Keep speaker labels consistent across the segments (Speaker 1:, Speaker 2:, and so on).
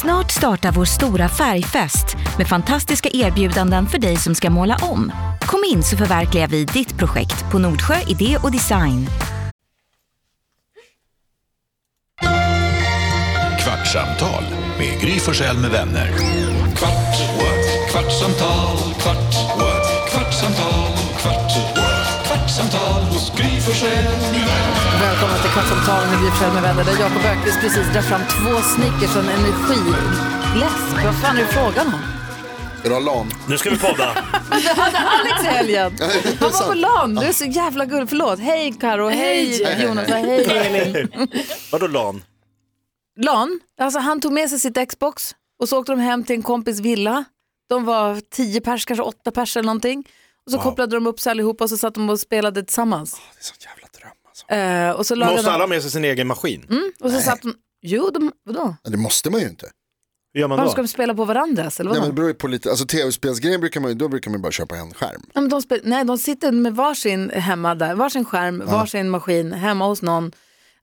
Speaker 1: Snart startar vår stora färgfest med fantastiska erbjudanden för dig som ska måla om. Kom in så förverkligar vi ditt projekt på Nordsjö Idé och Design.
Speaker 2: Kvartsamtal med Gry Forssell med vänner. Kvart, what? kvartsamtal, kvart, what? kvartsamtal, kvart, what? kvartsamtal hos Gry Forssell med vänner.
Speaker 3: Välkomna till Kvartsamtal med Gry Forssell med vänner där Jakob Ökvist precis drar fram två Snickers och en energiläsk. Vad fan är det frågan om?
Speaker 4: Är du LAN?
Speaker 5: Nu ska vi podda.
Speaker 3: Det hade Alex i helgen. Han var på LAN. Du är så jävla gullig. Förlåt. Hej Karo. Hej Jonas. och Hej Elin.
Speaker 5: Vadå LAN?
Speaker 3: LAN. Alltså han tog med sig sitt Xbox och så åkte de hem till en kompis villa. De var tio pers, kanske åtta pers eller någonting. Och så kopplade de upp sig allihopa och så satt de och spelade tillsammans.
Speaker 4: Det är sån jävla dröm alltså.
Speaker 3: Eh, och så lagade
Speaker 5: Måste
Speaker 3: de,
Speaker 5: alla ha med sig sin egen maskin?
Speaker 3: och så satt de, jo de, vadå?
Speaker 4: Men Det måste man ju inte.
Speaker 5: Hur gör man
Speaker 3: Varför
Speaker 5: då?
Speaker 3: ska de spela på varandras eller
Speaker 4: Nej,
Speaker 3: vadå?
Speaker 4: men det beror ju på lite, alltså tv-spelsgrejen brukar man ju, då brukar man ju bara köpa en skärm.
Speaker 3: Ja, men de spel- nej, de sitter med varsin hemma där, varsin skärm, varsin maskin hemma hos någon.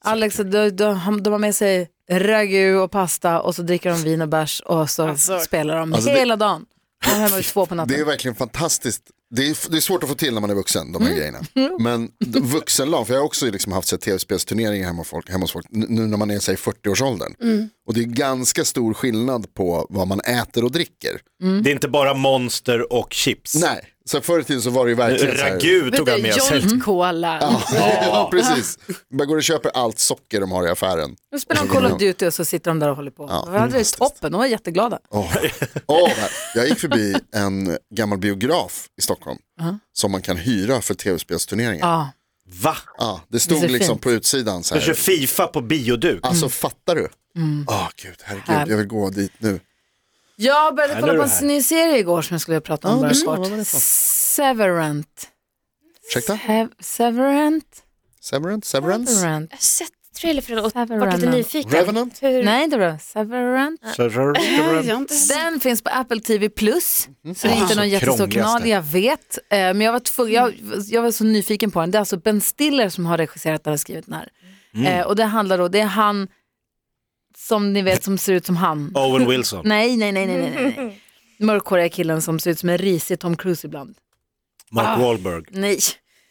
Speaker 3: Alex, de, de, de har med sig ragu och pasta och så dricker de vin och bärs och så spelar de
Speaker 4: Alltså, det-
Speaker 3: hela dagen. De är hemma vid två på
Speaker 4: Det är ju
Speaker 3: natten.
Speaker 4: verkligen fantastiskt. Det är, det är svårt att få till när man är vuxen, de här
Speaker 3: Mm.
Speaker 4: grejerna. Men d- vuxenlan, för jag har också liksom haft så här tv-spelsturneringar hemma, hos folk, hemma hos folk, n- nu när man är sig i 40-årsåldern.
Speaker 3: Mm.
Speaker 4: Och det är ganska stor skillnad på vad man äter och dricker.
Speaker 3: Mm.
Speaker 5: Det är inte bara monster och chips.
Speaker 4: Nej, så förr i tiden så var det ju verkligen så här.
Speaker 5: Ragu tog han med sig.
Speaker 6: Jolt Cola.
Speaker 4: Mm. Ja, precis. Man går och köper allt socker de har i affären.
Speaker 3: Nu spelar de Call of Duty och så sitter de där och håller på.
Speaker 4: Ja, Mm.
Speaker 3: det var ju toppen, de var jätteglada.
Speaker 4: Åh, Åh, jag gick förbi en gammal biograf i Stockholm som man kan hyra för tv-spelsturneringar.
Speaker 3: Ja.
Speaker 5: Va?
Speaker 4: Ja, det
Speaker 3: Det är
Speaker 4: stod
Speaker 3: så
Speaker 4: liksom
Speaker 3: fint.
Speaker 4: på utsidan så
Speaker 5: Jag kör
Speaker 4: här.
Speaker 5: Fifa på bioduk.
Speaker 4: Alltså fattar du? Åh gud, herregud,
Speaker 3: Mm. Här.
Speaker 4: jag vill gå dit nu.
Speaker 3: Jag började
Speaker 5: Ja,
Speaker 3: kolla
Speaker 5: nu
Speaker 3: på
Speaker 5: är
Speaker 3: en
Speaker 5: det här.
Speaker 3: ny serie igår som jag skulle prata om
Speaker 4: Ja,
Speaker 3: bara
Speaker 4: du-
Speaker 3: kort.
Speaker 4: vad var det för?
Speaker 3: Severant.
Speaker 4: Ursäkta?
Speaker 3: Hev- Severant?
Speaker 4: Severance? Severance?
Speaker 3: Severant.
Speaker 6: Jag har sett trailer för den och varit lite
Speaker 3: Severance.
Speaker 6: nyfiken.
Speaker 4: Revenant?
Speaker 6: Hur...
Speaker 3: Nej, inte bra. Severant.
Speaker 6: Nej, jag har inte sett
Speaker 3: Den finns på Apple TV+. Plus, så det är inte
Speaker 5: så
Speaker 3: någon jättestor
Speaker 5: krångligaste.
Speaker 3: kanal, jag vet. Eh, Men jag var, tvungen, jag, jag var så nyfiken på den. Det är alltså Ben Stiller som har regisserat den och skrivit den här. Eh, Och det handlar då, det är han som ni vet som ser ut som han.
Speaker 5: Owen Wilson.
Speaker 3: Nej, nej, nej, nej, nej, nej, nej. Mörkhåriga killen som ser ut som en risig Tom Cruise ibland.
Speaker 5: Mark Wahlberg.
Speaker 3: Nej,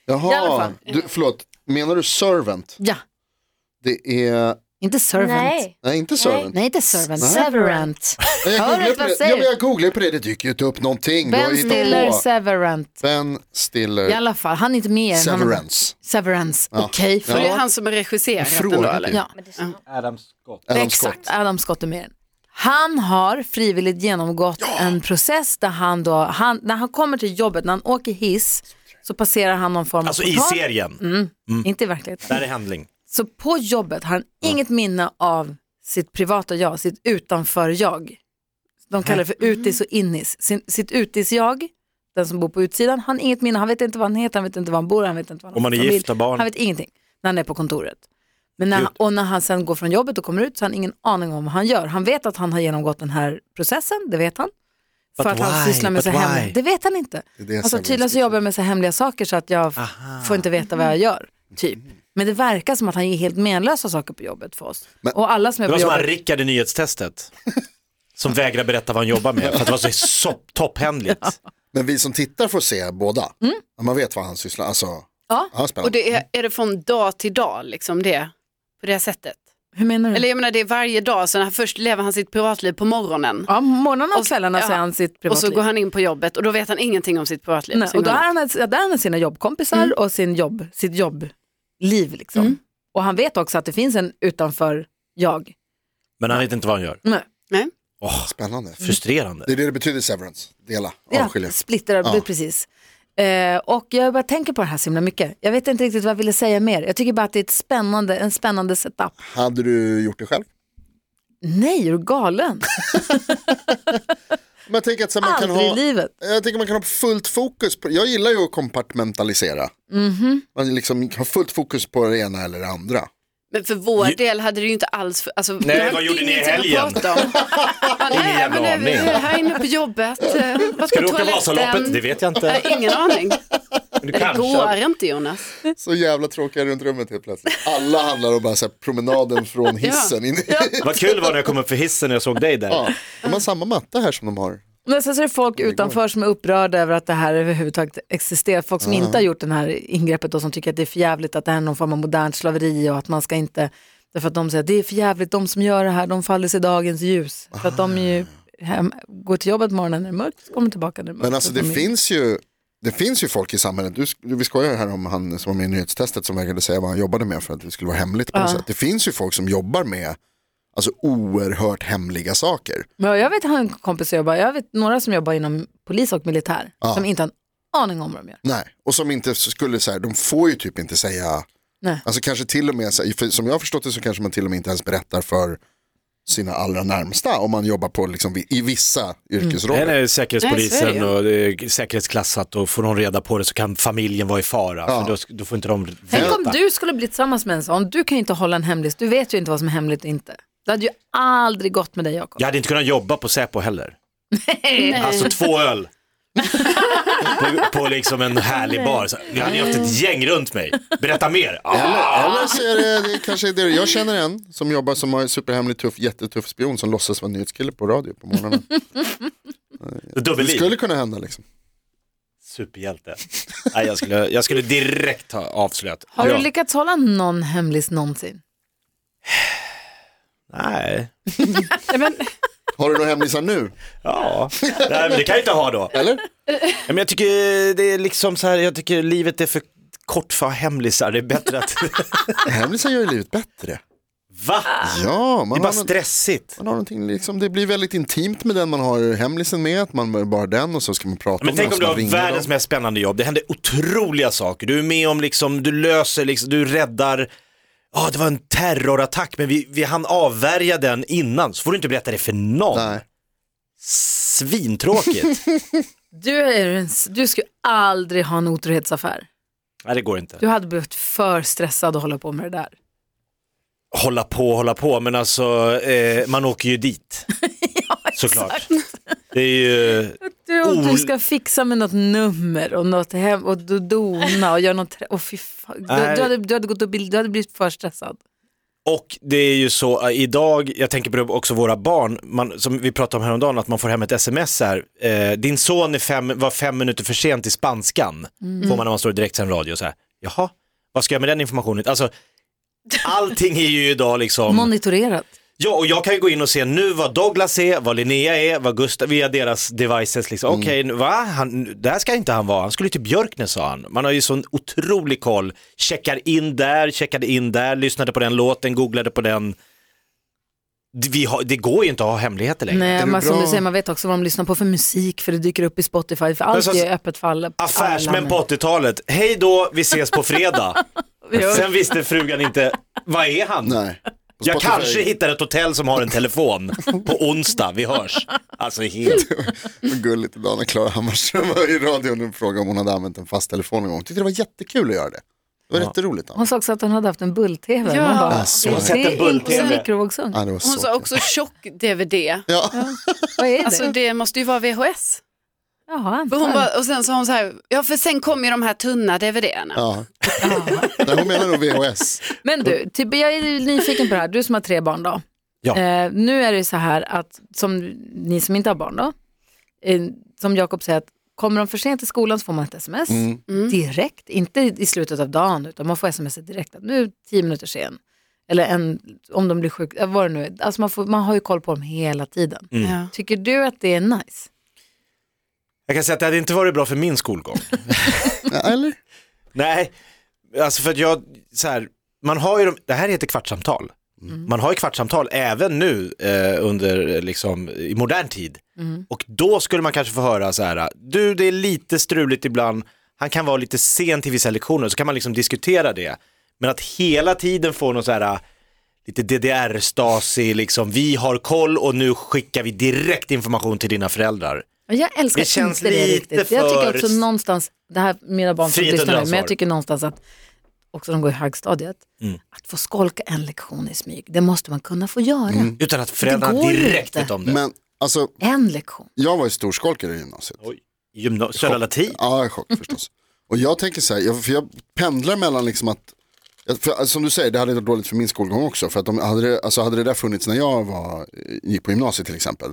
Speaker 3: I alla
Speaker 4: Jaha,
Speaker 3: fall.
Speaker 4: du, förlåt, menar du servant?
Speaker 3: ja,
Speaker 4: Det är,
Speaker 3: inte Servant. Nej,
Speaker 6: Nej.
Speaker 4: nej inte servant.
Speaker 3: inte Servant,
Speaker 4: Nej.
Speaker 3: Severant.
Speaker 4: Nej, Jag
Speaker 3: Hör
Speaker 4: googlar
Speaker 3: du
Speaker 4: på
Speaker 3: vad
Speaker 4: det.
Speaker 3: jag säger?
Speaker 4: Ja, men jag googlar på det, det dyker ju inte upp någonting. Du har
Speaker 3: Ben
Speaker 4: hittat
Speaker 3: Stiller,
Speaker 4: på.
Speaker 3: Severant.
Speaker 4: ben
Speaker 3: I
Speaker 4: Stiller,
Speaker 3: alla fall, han är inte med i den. Han-
Speaker 4: Severance.
Speaker 3: Severance, okej.
Speaker 6: Det är
Speaker 3: förlåt.
Speaker 6: han som har regisserat den då
Speaker 4: Fråga
Speaker 6: eller?
Speaker 4: dig.
Speaker 3: Ja.
Speaker 4: Adam Scott.
Speaker 3: Exakt, Adam Scott är med. i den. Han har frivilligt genomgått en process där han då, han, när han kommer till jobbet, när han åker hiss, så passerar han någon form av
Speaker 5: Alltså i
Speaker 3: portal.
Speaker 5: serien.
Speaker 3: Inte i verkligheten.
Speaker 5: Där är handling.
Speaker 3: Så på jobbet har han inget minne av sitt privata jag, sitt utanför-jag. De kallar det för utis och innis. Sin, sitt utis-jag, den som bor på utsidan, han har inget minne. Han vet inte vad han heter, han vet inte var han bor, han vet inte vad han
Speaker 5: Om
Speaker 3: har för
Speaker 5: man är
Speaker 3: familj.
Speaker 5: gift och barn.
Speaker 3: Han vet ingenting när han är på kontoret. Men när
Speaker 5: Gud.
Speaker 3: han, och när han sen går från jobbet och kommer ut så har han ingen aning om vad han gör. Han vet att han har genomgått den här processen, det vet han.
Speaker 5: But
Speaker 3: för att han
Speaker 5: why?
Speaker 3: sysslar med
Speaker 5: But
Speaker 3: så
Speaker 5: why?
Speaker 3: hemliga, det vet han inte.
Speaker 4: Det är det
Speaker 3: Alltså
Speaker 4: som
Speaker 3: tydligen så jobbar jag med så här hemliga saker så att jag f- får inte veta vad
Speaker 6: Mm.
Speaker 3: jag gör. Typ. Men det verkar som att han är helt menlösa saker på jobbet för oss.
Speaker 4: Men-
Speaker 3: och alla som är på
Speaker 5: Det var som han
Speaker 3: jobbet.
Speaker 5: Rickard i nyhetstestet. Som vägrar berätta vad han jobbar med för att det var så sopp- topphemligt.
Speaker 4: Men vi som tittar får se båda. Ja, Man vet vad han sysslar alltså,
Speaker 3: Mm. Ja,
Speaker 4: ja, spännande.
Speaker 6: Och det är, är det från dag till dag liksom det? På det sättet?
Speaker 3: hur menar du?
Speaker 6: Eller jag menar det är varje dag, så när han först lever han sitt privatliv på morgonen.
Speaker 3: ja, morgonen och
Speaker 6: Och-
Speaker 3: kvällarna
Speaker 6: ja.
Speaker 3: säger han sitt
Speaker 6: Och så
Speaker 3: privatliv.
Speaker 6: går han in på jobbet och då vet han ingenting om sitt privatliv.
Speaker 3: Nej,
Speaker 6: Sin
Speaker 3: och då
Speaker 6: hund.
Speaker 3: har han, ja, där har han sina jobbkompisar
Speaker 6: Mm.
Speaker 3: och sin jobb, sitt jobbliv. Liksom. Och han vet också att det finns en utanför jag. Mm.
Speaker 5: Men han vet inte vad han gör.
Speaker 3: Nej.
Speaker 6: Nej.
Speaker 5: Åh,
Speaker 4: spännande.
Speaker 5: frustrerande.
Speaker 4: Det är det det betyder severance, dela,
Speaker 3: Ja,
Speaker 4: avskilja.
Speaker 3: splittrar,
Speaker 4: Ja.
Speaker 3: precis. Eh, och jag bara tänker på det här så himla mycket. Jag vet inte riktigt vad jag ville säga mer. Jag tycker bara att det är ett spännande, en spännande setup.
Speaker 4: Hade du gjort det själv?
Speaker 3: Nej, är du galen?
Speaker 4: Men jag tänker att så här, man kan
Speaker 3: Aldrig i
Speaker 4: ha,
Speaker 3: livet.
Speaker 4: jag tänker man kan ha fullt fokus på, jag gillar ju att kompartmentalisera.
Speaker 3: Mm-hmm.
Speaker 4: Man liksom har fullt fokus på det ena eller det andra.
Speaker 6: Men för vår del hade det ju inte alls, för, alltså, vi hade
Speaker 5: vad gjorde ni i
Speaker 6: ingenting att
Speaker 5: helgen?
Speaker 6: prata om. Ja,
Speaker 5: Ingen
Speaker 6: Nej,
Speaker 5: jävla
Speaker 6: men nu,
Speaker 5: aning.
Speaker 6: här inne på jobbet, eh, vad
Speaker 5: Ska
Speaker 6: ska
Speaker 5: du åka
Speaker 6: toaletten?
Speaker 5: Vasaloppet? Det vet jag inte.
Speaker 6: Nej, ingen aning.
Speaker 5: Men du
Speaker 6: Det
Speaker 5: kanske-
Speaker 6: går inte Jonas.
Speaker 4: Så jävla tråkiga runt rummet helt plötsligt. Alla handlar om bara så här promenaden från hissen. In i...
Speaker 5: Vad kul det var när jag kom upp för hissen och jag såg dig där.
Speaker 4: ja. De har samma matta här som de har.
Speaker 3: Men sen så är det folk utanför som är upprörda över att det här överhuvudtaget existerar. Folk som inte har gjort det här ingreppet och som tycker att det är för jävligt att det här är någon form av modernt slaveri och att man ska inte, därför att de säger att det är för jävligt, de som gör det här, de faller sig i dagens ljus. För att
Speaker 4: Ah.
Speaker 3: de är ju hem, går till jobbet morgonen när det är mörkt, kommer tillbaka när det är mörkt.
Speaker 4: Men alltså
Speaker 3: Och
Speaker 4: det
Speaker 3: de är-
Speaker 4: finns ju det finns ju folk i samhället, du, sk- vi skojar här om han som var med i nyhetstestet som vägrade säga vad han jobbade med för att det skulle vara hemligt på något sätt. Det finns ju folk som jobbar med alltså, oerhört hemliga saker.
Speaker 3: Men jag vet han kompis som jobbar, jag vet några som jobbar inom polis och militär
Speaker 4: Ja.
Speaker 3: som inte har en aning om vad de gör.
Speaker 4: Nej, och som inte skulle så här, de får ju typ inte säga,
Speaker 3: Nej.
Speaker 4: alltså kanske till och med, så här, för som jag har förstått det så kanske man till och med inte ens berättar för sina allra närmsta om man jobbar på liksom, vi- i vissa yrkesroller.
Speaker 5: Den är säkerhetspolisen
Speaker 6: Nej, så är det
Speaker 5: och det är säkerhetsklassat och får någon reda på det så kan familjen vara i fara. För då, då får inte de veta.
Speaker 3: Tänk om du skulle bli tillsammans med en sån, du kan ju inte hålla en hemlis, du vet ju inte vad som är hemligt och inte. Det hade ju aldrig gått med dig Jakob.
Speaker 5: Jag hade inte kunnat jobba på Säpo heller. Alltså två öl. på, på liksom en härlig bar. Så, jag hade ju haft ett gäng runt mig. Berätta mer. Ah.
Speaker 4: Eller, eller så är det, det är kanske det. Jag känner en som jobbar som har en superhemlig, tuff, jättetuff spion som låtsas vara nyhetskille på radio på morgonen. Det
Speaker 5: Dubbelliv.
Speaker 4: skulle kunna hända liksom.
Speaker 5: Superhjälte. Nej, jag, skulle, jag skulle direkt ha avslöjat.
Speaker 3: Har
Speaker 5: Ja.
Speaker 3: du lyckats hålla någon hemlis någonsin?
Speaker 5: Nej.
Speaker 6: Nej, men,
Speaker 4: Har du några hemlisar nu?
Speaker 5: Ja. Nej, men det kan jag inte ha då.
Speaker 4: Eller?
Speaker 5: Ja, Men jag tycker det är liksom så här, jag tycker livet är för kort för att ha hemlisar. Det är bättre att...
Speaker 4: Hemlisar gör ju livet bättre.
Speaker 5: Va?
Speaker 4: Ja,
Speaker 5: Det är
Speaker 4: man
Speaker 5: bara
Speaker 4: har, någon,
Speaker 5: stressigt.
Speaker 4: man har någonting liksom, det blir väldigt intimt med den man har hemlisen med, att man är bara den och så ska man prata
Speaker 5: Men
Speaker 4: om
Speaker 5: tänk
Speaker 4: den,
Speaker 5: om
Speaker 4: så
Speaker 5: du
Speaker 4: man
Speaker 5: har
Speaker 4: ringer
Speaker 5: världens
Speaker 4: dem.
Speaker 5: mest spännande jobb, det händer otroliga saker. Du är med om liksom, du löser liksom, du räddar, ja det var en terrorattack men vi, vi hann avvärja den innan, så får du inte berätta det för någon.
Speaker 4: Nej.
Speaker 5: Svintråkigt.
Speaker 3: Du, är, en s- du skulle aldrig ha en otrohetsaffär.
Speaker 5: Nej det går inte.
Speaker 3: Du hade blivit för stressad att hålla på med det där.
Speaker 5: Hålla på, hålla på, men alltså eh, man åker ju dit. Såklart. Det är ju,
Speaker 3: Du, och
Speaker 5: Ol-
Speaker 3: du ska fixa med något nummer och något hem och du dona och göra något. trä- Och fy fan. Du,
Speaker 5: Nej.
Speaker 3: du, hade, du, hade gått och bild, du hade blivit för stressad.
Speaker 5: Och det är ju så eh, idag, jag tänker på det också våra barn, man, som vi pratade om häromdagen, att man får hem ett sms här. Eh, din son är fem, var fem minuter för sent i spanskan, får man när man står i direktsänd radio. Så här. Jaha, vad ska jag med den informationen? Alltså, allting är ju idag liksom...
Speaker 3: Monitorerat.
Speaker 5: Ja, och jag kan ju gå in och se nu vad Douglas är, vad Linnea är, vad Gustav via deras devices liksom. Okej, nu- va? Han, där ska inte han vara, han skulle till Björknäs sa han. Man har ju sån otrolig koll, checkar in där, checkade in där, lyssnade på den låten, googlade på den. D- Vi har, det går ju inte att ha hemligheter längre.
Speaker 3: Nej,
Speaker 4: du
Speaker 3: men som
Speaker 4: bra?
Speaker 3: du säger, man vet också vad de lyssnar på för musik för det dyker upp i Spotify. För allt
Speaker 5: så-
Speaker 3: är öppet för alla.
Speaker 5: Affärsmän
Speaker 3: alla
Speaker 5: på 80-talet, hej då, vi ses på fredag.
Speaker 3: människor.
Speaker 5: Sen visste frugan inte, vad är han?
Speaker 4: Nej.
Speaker 5: Jag
Speaker 4: Spotify-
Speaker 5: kanske hittar ett hotell som har en telefon på onsdag, vi hörs. Alltså helt
Speaker 4: Vad gulligt idag när Klara Hammarström var i radion och frågade om hon hade använt en fast telefon en gång. Tyckte det var jättekul att göra det. Det var jätteroligt.
Speaker 3: Hon sa också att hon hade haft en bull-tv.
Speaker 6: Ja.
Speaker 3: Man
Speaker 5: Ah,
Speaker 3: bara,
Speaker 4: Alltså,
Speaker 3: det
Speaker 4: jag har sett
Speaker 5: en
Speaker 3: är inte en
Speaker 5: bull-TV. Ah.
Speaker 3: mikrovågsugn.
Speaker 4: Ja, det var så
Speaker 6: hon sa
Speaker 4: kul.
Speaker 6: också tjock-DVD.
Speaker 4: Ja.
Speaker 3: Vad är det?
Speaker 6: Alltså det måste ju vara VHS.
Speaker 3: Jaha,
Speaker 6: Och, hon
Speaker 3: antagligen.
Speaker 6: bara, och sen sa hon så här, ja för sen kom ju de här tunna DVD-erna.
Speaker 4: Ja. Nej, hon menar nog VHS.
Speaker 3: Men du, typ, jag är nyfiken på det här. Du som har tre barn då.
Speaker 5: Ja.
Speaker 3: Eh, nu är det så här att, som ni som inte har barn då, eh, som Jakob säger, att kommer de för sent till skolan så får man ett sms
Speaker 5: Mm.
Speaker 6: Mm.
Speaker 3: direkt. Inte i slutet av dagen, utan man får sms direkt. Att nu är tio minuter sen. Eller en, om de blir sjuka, eh, vad det nu är. Alltså man, får, man har ju koll på dem hela tiden.
Speaker 6: Ja.
Speaker 3: Tycker du att det är nice?
Speaker 5: Jag kan säga att det hade inte varit bra för min skolgång.
Speaker 4: Ja, Eller?
Speaker 5: Nej, alltså för att jag, så här, man har ju de, det här heter kvartssamtal.
Speaker 3: Mm.
Speaker 5: Man har ju kvartssamtal även nu eh, under, eh, liksom, i modern tid.
Speaker 3: Mm.
Speaker 5: Och då skulle man kanske få höra så här, du det är lite struligt ibland, han kan vara lite sen till vissa lektioner, så kan man liksom diskutera det. Men att hela tiden få någon så här, lite DDR-stasig, liksom, vi har koll och nu skickar vi direkt information till dina föräldrar.
Speaker 3: Men Jag älskar
Speaker 5: Det känns
Speaker 3: inte det
Speaker 5: lite
Speaker 3: riktigt. Jag tycker
Speaker 5: för-
Speaker 3: också någonstans, det här mina barn som
Speaker 5: Frihet under
Speaker 3: lyssnar nu, men
Speaker 5: ansvar.
Speaker 3: jag tycker någonstans att också de går i högstadiet,
Speaker 5: Mm.
Speaker 3: att få skolka en lektion i smyg, det måste man kunna få göra.
Speaker 5: Utan att föräldrarna
Speaker 3: går ju
Speaker 5: direkt
Speaker 3: inte.
Speaker 5: vet om det.
Speaker 4: Men alltså,
Speaker 3: En lektion.
Speaker 4: jag var ju storskolkare i gymnasiet.
Speaker 5: Oj. Gymna- Södra latin.
Speaker 4: Ja, i chock förstås. Och jag tänker så här, jag, för jag pendlar mellan liksom att, för, alltså, som du säger, det hade varit dåligt för min skolgång också. För att de, hade, det, alltså, hade det där funnits när jag var, eh, gick på gymnasiet till exempel,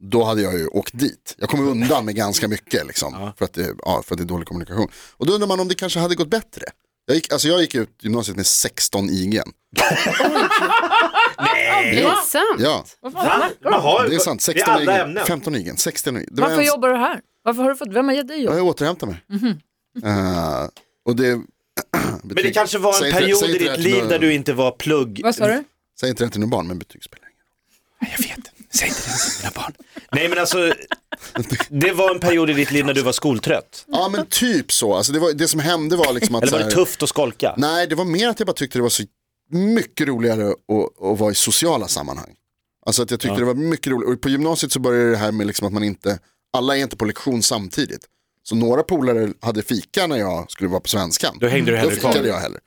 Speaker 4: då hade jag ju åkt dit. Jag kom undan med ganska mycket liksom, för, att det, ja, för att det är dålig kommunikation. Och då undrar man om det kanske hade gått bättre. Jag gick, alltså jag gick ut gymnasiet med 16 IG.
Speaker 6: Är det sant?
Speaker 4: Ja,
Speaker 5: Va? Jaha,
Speaker 4: det är sant.
Speaker 5: Det är
Speaker 4: 16
Speaker 5: alla
Speaker 4: IG.
Speaker 5: ämnen.
Speaker 4: 15 IG. 16 IG. Det var
Speaker 3: Varför
Speaker 4: en-
Speaker 3: jobbar du här? Varför har du Mhm. fått, vem har gett dig
Speaker 4: Ja,
Speaker 3: jobb?
Speaker 4: jag återhämtar mig. Eh, och det,
Speaker 5: Men det kanske var en period i ditt liv där du inte var plugg.
Speaker 3: Vad sa du?
Speaker 4: Säg inte det till några barn, men betyg spelar ingen
Speaker 5: Jag vet, säg inte det till mina barn. Nej men alltså, det var en period i ditt liv när du var skoltrött.
Speaker 4: roll. Ja, men typ så. Alltså, det, var, det som hände var liksom att...
Speaker 5: Eller var
Speaker 4: så
Speaker 5: det
Speaker 4: här-
Speaker 5: tufft att skolka?
Speaker 4: Nej, det var mer att jag bara tyckte det var så mycket roligare att, att vara i sociala sammanhang. Alltså att jag tyckte det var mycket roligt. Och på gymnasiet så började det här med liksom att man inte, alla är inte på lektion samtidigt. Så några polare hade fika när jag skulle vara på svenskan.
Speaker 5: Då hängde du
Speaker 4: Då
Speaker 5: hellre kvar.
Speaker 4: fikade jag heller.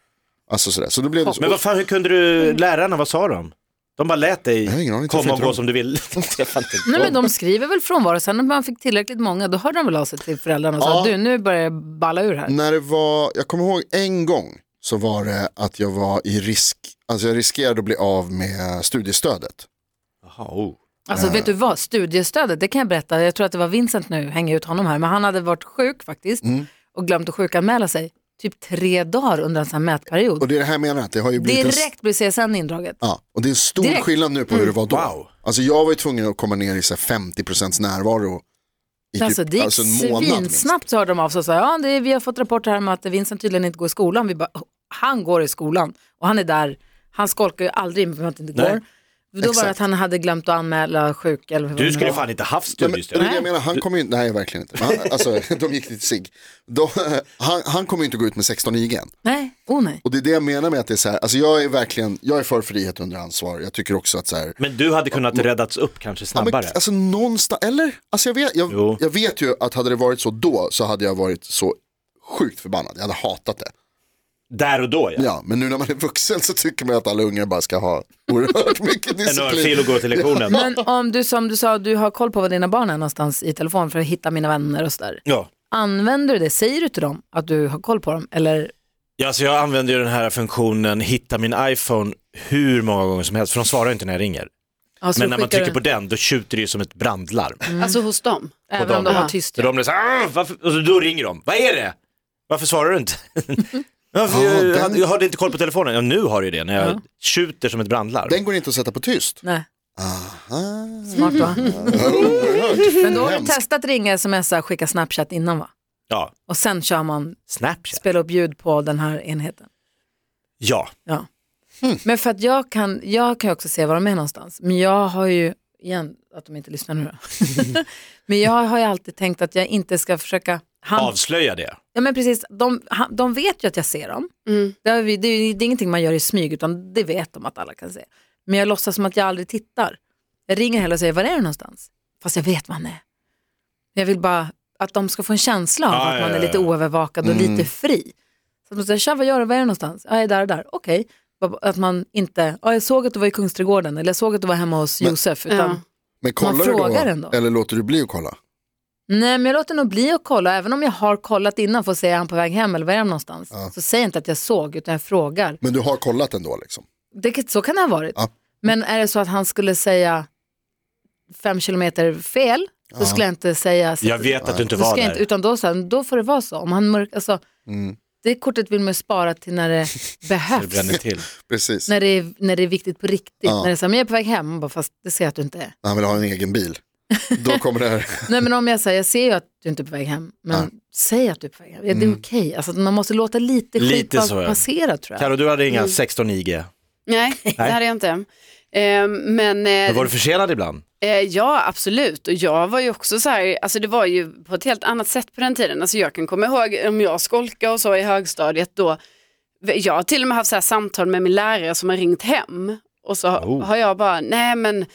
Speaker 4: Alltså sådär. Så då blev det så.
Speaker 5: Men vad fan, hur kunde du, lärarna, vad sa de? De bara lät
Speaker 4: Jag har
Speaker 5: dig
Speaker 4: ingen aning,
Speaker 5: komma
Speaker 4: jag
Speaker 5: och
Speaker 4: tror
Speaker 5: gå
Speaker 4: inte
Speaker 5: som du vill. Jag fattar inte.
Speaker 3: Nej men de skriver väl frånvaro, sen när man fick tillräckligt många då hörde de väl av sig till föräldrarna och sa
Speaker 4: Ja.
Speaker 3: du nu börjar jag balla ur här.
Speaker 4: När det var, jag kommer ihåg en gång så var det att jag var i risk, alltså jag riskerade att bli av med studiestödet.
Speaker 5: Jaha, oh.
Speaker 3: Alltså vet du vad, studiestödet, det kan jag berätta, jag tror att det var Vincent nu, hänger ut honom här, men han hade varit sjuk faktiskt
Speaker 4: Mm.
Speaker 3: och glömt att sjukanmäla sig typ tre dagar under en sån här mätperiod.
Speaker 4: Och det är det här jag menar, att det har ju blivit en, s-
Speaker 3: Direkt blir CSN indraget.
Speaker 4: ja, och det är en stor
Speaker 3: Direkt.
Speaker 4: skillnad nu på hur det var då.
Speaker 5: Mm. Wow.
Speaker 4: Alltså jag var ju tvungen att komma ner i så här 50% närvaro i
Speaker 3: Alltså det
Speaker 4: typ,
Speaker 3: gick
Speaker 4: alltså en månad minst.
Speaker 3: svinsnabbt så hörde de av sig och sa, ja det är, vi har fått rapporter här om att Vincent tydligen inte går i skolan. Vi bara, "Oh, han går i skolan och han är där, han skolkar ju aldrig in på att det inte
Speaker 5: Nej.
Speaker 3: går. Då var
Speaker 4: Exakt.
Speaker 3: det att han hade glömt att anmäla sjuk eller vad det
Speaker 5: Du skulle
Speaker 3: var.
Speaker 5: fan inte haft
Speaker 4: Ja, men, det är
Speaker 5: studiestöd.
Speaker 4: det jag menar, han kommer ju, nej verkligen inte. Men Han, alltså, de gick till SIG. De, han, han kommer ju inte gå ut med 16 i igen.
Speaker 3: Nej, oh nej.
Speaker 4: Och det är det jag menar med att det är så här, alltså jag är verkligen, jag är för frihet under ansvar. Jag tycker också att så här,
Speaker 5: Men du hade kunnat räddats upp kanske
Speaker 4: Ja, men,
Speaker 5: snabbare.
Speaker 4: alltså någonstans, eller? Alltså jag vet, jag,
Speaker 5: Jo.
Speaker 4: jag vet ju att hade det varit så då så hade jag varit så sjukt förbannad. Jag hade hatat det.
Speaker 5: Där och då ja.
Speaker 4: Ja, men nu när man är vuxen så tycker man att alla ungar bara ska ha oerhört mycket
Speaker 5: En örfil
Speaker 4: disciplin.
Speaker 5: och gå till lektionen.
Speaker 3: Men om du som du sa, du har koll på var dina barn är någonstans i telefon för att hitta mina vänner och sådär.
Speaker 5: Ja.
Speaker 3: Använder du det? Säger du till dem att du har koll på dem? Eller
Speaker 5: Ja, så jag använder ju den här funktionen hitta min iPhone hur många gånger som helst, för de svarar ju inte när jag ringer.
Speaker 3: Ja, så
Speaker 5: Men när man
Speaker 3: skickar
Speaker 5: trycker
Speaker 3: du-
Speaker 5: på den, då tjuter det ju som ett brandlarm.
Speaker 6: Alltså hos dem.
Speaker 3: Även om de
Speaker 5: dem.
Speaker 3: har tyst.
Speaker 5: Så de blir så här, "Ah, varför? Och så då ringer de, vad är det? Varför svarar du inte? ja,
Speaker 4: Ja,
Speaker 5: för jag,
Speaker 4: den-
Speaker 5: hade- jag hade inte koll på telefonen, ja, nu har du ju det när jag tjuter som ett brandlarm.
Speaker 4: Den går inte att sätta på tyst.
Speaker 3: Nej,
Speaker 5: Ah.
Speaker 4: Aha.
Speaker 3: smart va?
Speaker 4: Oerhört.
Speaker 3: Men då har du
Speaker 4: Hemskt.
Speaker 3: testat ringa, smsa, skicka Snapchat innan va?
Speaker 5: Ja,
Speaker 3: Och sen kör man,
Speaker 5: Snapchat.
Speaker 3: spela upp ljud på den här enheten.
Speaker 5: Ja,
Speaker 3: Ja. Men för att jag kan, jag kan ju också se var de är någonstans. Men jag har ju, igen, att de inte lyssnar nu då. Men jag har ju alltid tänkt att jag inte ska försöka, han,
Speaker 5: avslöja det.
Speaker 3: ja, men precis, de, han, de vet ju att jag ser dem.
Speaker 6: Mm.
Speaker 3: Det, har vi, det, är, det är ingenting man gör i smyg, utan det vet de att alla kan se. Men jag låtsas som att jag aldrig tittar. Jag ringer hellre och säger, var är du någonstans? Fast jag vet var han är. Jag vill bara att de ska få en känsla av
Speaker 5: Ah,
Speaker 3: att
Speaker 5: ja,
Speaker 3: man
Speaker 5: ja,
Speaker 3: är lite
Speaker 5: ja. Mm.
Speaker 3: oövervakad och lite fri. Så att man säger, tja vad gör du, var är du någonstans? Ja, jag är där och där, okej. Att man inte, ja, jag såg att du var i Kungsträdgården eller jag såg att du var hemma hos Josef. Utan,
Speaker 6: Ja.
Speaker 4: Men kollar du
Speaker 3: frågar
Speaker 4: då,
Speaker 3: ändå.
Speaker 4: eller låter du bli att kolla?
Speaker 3: Nej men jag låter nog bli att kolla, även om jag har kollat innan för att se, är han på väg hem eller var är han någonstans? Så säger jag inte att jag såg, utan jag frågar.
Speaker 4: Men du har kollat ändå liksom?
Speaker 3: Det, så kan det ha varit.
Speaker 4: Ja.
Speaker 3: Men är det så att han skulle säga fem kilometer fel, så skulle jag inte säga så.
Speaker 5: Jag vet att du inte
Speaker 3: så
Speaker 5: var
Speaker 3: ska jag
Speaker 5: där.
Speaker 3: inte, utan då, så här, då får det vara så. Om han mörk, alltså,
Speaker 4: Mm.
Speaker 3: Det kortet vill man ju spara till när det
Speaker 5: Det
Speaker 3: behövs.
Speaker 5: bränner till.
Speaker 4: Precis.
Speaker 3: när, det är, när det är viktigt på riktigt.
Speaker 4: Ja.
Speaker 3: När det är så här, men jag är på väg hem, man bara, fast det ser jag att du inte är.
Speaker 4: När han vill ha en egen bil. Då kommer det här.
Speaker 3: Nej men om jag säger, jag ser ju att du inte är på väg hem, men säg att du är på väg hem. Ja, det är okej. Alltså, man måste låta lite skit
Speaker 5: Mm. Lite
Speaker 3: bara
Speaker 5: så, ja.
Speaker 3: passera tror jag.
Speaker 5: Karo, du hade inga 16 IG.
Speaker 6: Nej, det hade jag inte. Eh, men
Speaker 5: Men
Speaker 6: eh,
Speaker 5: var du försenad ibland?
Speaker 6: eh, ja, absolut. Och jag var ju också så här, alltså det var ju på ett helt annat sätt på den tiden. Alltså jag kan komma ihåg om jag skolkade och så i högstadiet då. Jag har till och med haft så här samtal med min lärare som har ringt hem. Och så
Speaker 5: Oh.
Speaker 6: har jag bara, nej men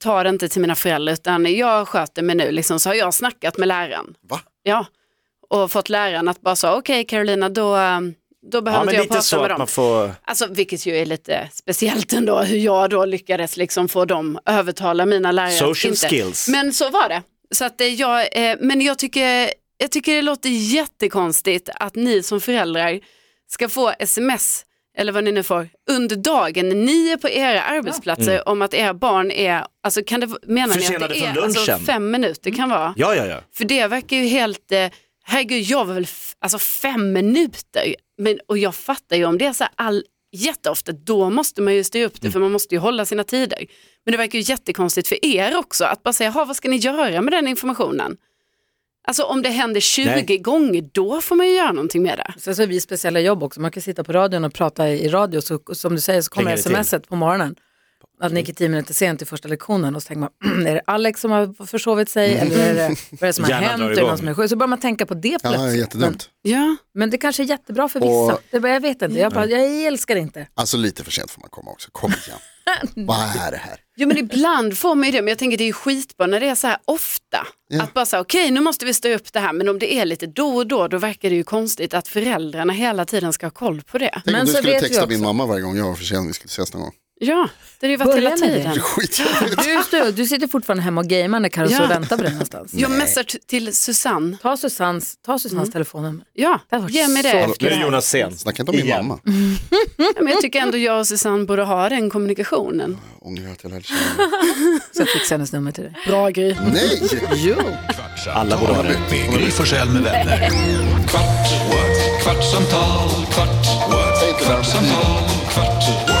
Speaker 6: ta det inte till mina föräldrar utan jag sköter mig nu. Liksom, så har jag snackat med läraren.
Speaker 4: Va?
Speaker 6: Ja, och fått läraren att bara säga, okej Carolina, då, eh, då behöver
Speaker 5: Ja,
Speaker 6: inte
Speaker 5: men
Speaker 6: jag
Speaker 5: lite
Speaker 6: prata
Speaker 5: så
Speaker 6: med
Speaker 5: att
Speaker 6: dem.
Speaker 5: man får...
Speaker 6: Alltså, vilket ju är lite speciellt ändå, hur jag då lyckades liksom få dem övertala mina lärare. att
Speaker 5: Social
Speaker 6: inte.
Speaker 5: skills.
Speaker 6: Men så var det. Så att eh, jag, eh, men jag tycker jag tycker det låter jättekonstigt att ni som föräldrar ska få sms eller vad ni nu får under dagen när ni är på era arbetsplatser om att era barn är, alltså kan det, menar ni att
Speaker 5: Mm. Försenade
Speaker 6: det
Speaker 5: från
Speaker 6: är alltså,
Speaker 5: lunchen.
Speaker 6: fem minuter kan vara?
Speaker 5: Ja, ja, ja.
Speaker 6: För det verkar ju helt, eh, herregud jag var väl f- alltså fem minuter. Men, och jag fattar ju om det är så här all, jätteofta, då måste man ju styra upp det för man måste ju hålla sina tider. Men det verkar ju jättekonstigt för er också att bara säga, "Ha, vad ska ni göra med den informationen? Alltså om det händer 20
Speaker 5: Nej.
Speaker 6: gånger, då får man ju göra någonting med det.
Speaker 3: Sen så har vi speciella jobb också. Man kan sitta på radion och prata i i radio. Så, som du säger så kommer
Speaker 5: Plingar det till.
Speaker 3: smset på morgonen. Att Nick är tio minuter sent till första lektionen och så tänker man, är det Alex som har försovit sig eller är det, vad är det som har
Speaker 5: Mm. Hjärnan
Speaker 3: hänt?
Speaker 5: drar
Speaker 3: Är det någon
Speaker 5: igång.
Speaker 3: som är sjuk? Så börjar man tänka på det
Speaker 4: Ja,
Speaker 3: plötsligt. men,
Speaker 4: jättedumt.
Speaker 6: Ja,
Speaker 3: men det kanske är jättebra för vissa.
Speaker 4: Och-
Speaker 3: Det bara, jag vet inte, jag, bara, jag älskar det inte.
Speaker 4: Alltså lite för sent får man komma också. Kom igen. Vad är det här?
Speaker 6: jo, men ibland får man ju det, men jag tänker det är ju skitbra när det är så här ofta.
Speaker 4: Ja.
Speaker 6: Att bara säga okej nu måste vi styra upp det här, men om det är lite då och då, då verkar det ju konstigt att föräldrarna hela tiden ska ha koll på det.
Speaker 4: Tänk
Speaker 3: Men
Speaker 4: om du
Speaker 3: så
Speaker 4: skulle
Speaker 3: vet vi
Speaker 4: texta min
Speaker 3: också-
Speaker 4: mamma varje gång jag var för sen vi skulle ses någon gång.
Speaker 6: Ja, det har ju varit
Speaker 3: Börja
Speaker 6: hela
Speaker 3: med det.
Speaker 6: tiden.
Speaker 4: Skit.
Speaker 3: Du, du, du sitter fortfarande hemma och gamear när Carro
Speaker 6: Ja.
Speaker 3: står och väntar på dig någonstans.
Speaker 6: Jag messar t- till Susanne.
Speaker 3: Ta Susans, ta Susans telefonnummer.
Speaker 6: Ja,
Speaker 3: Det har varit
Speaker 6: ge mig det.
Speaker 3: så-
Speaker 5: Nu är Jonas sen.
Speaker 4: Snacka inte om min
Speaker 5: Igen.
Speaker 4: mamma.
Speaker 6: Ja, Men jag tycker ändå jag och Susanne borde ha den kommunikationen.
Speaker 4: Jag Ångrar att jag lärde känna henne.
Speaker 3: Så jag fixar hennes nummer till dig.
Speaker 6: Bra grej.
Speaker 4: Nej!
Speaker 5: Alla borde ha det.
Speaker 2: Med Gry Forssell med vänner. Kvart, what? kvartsamtal, kvart, what? kvartsamtal, kvart, what?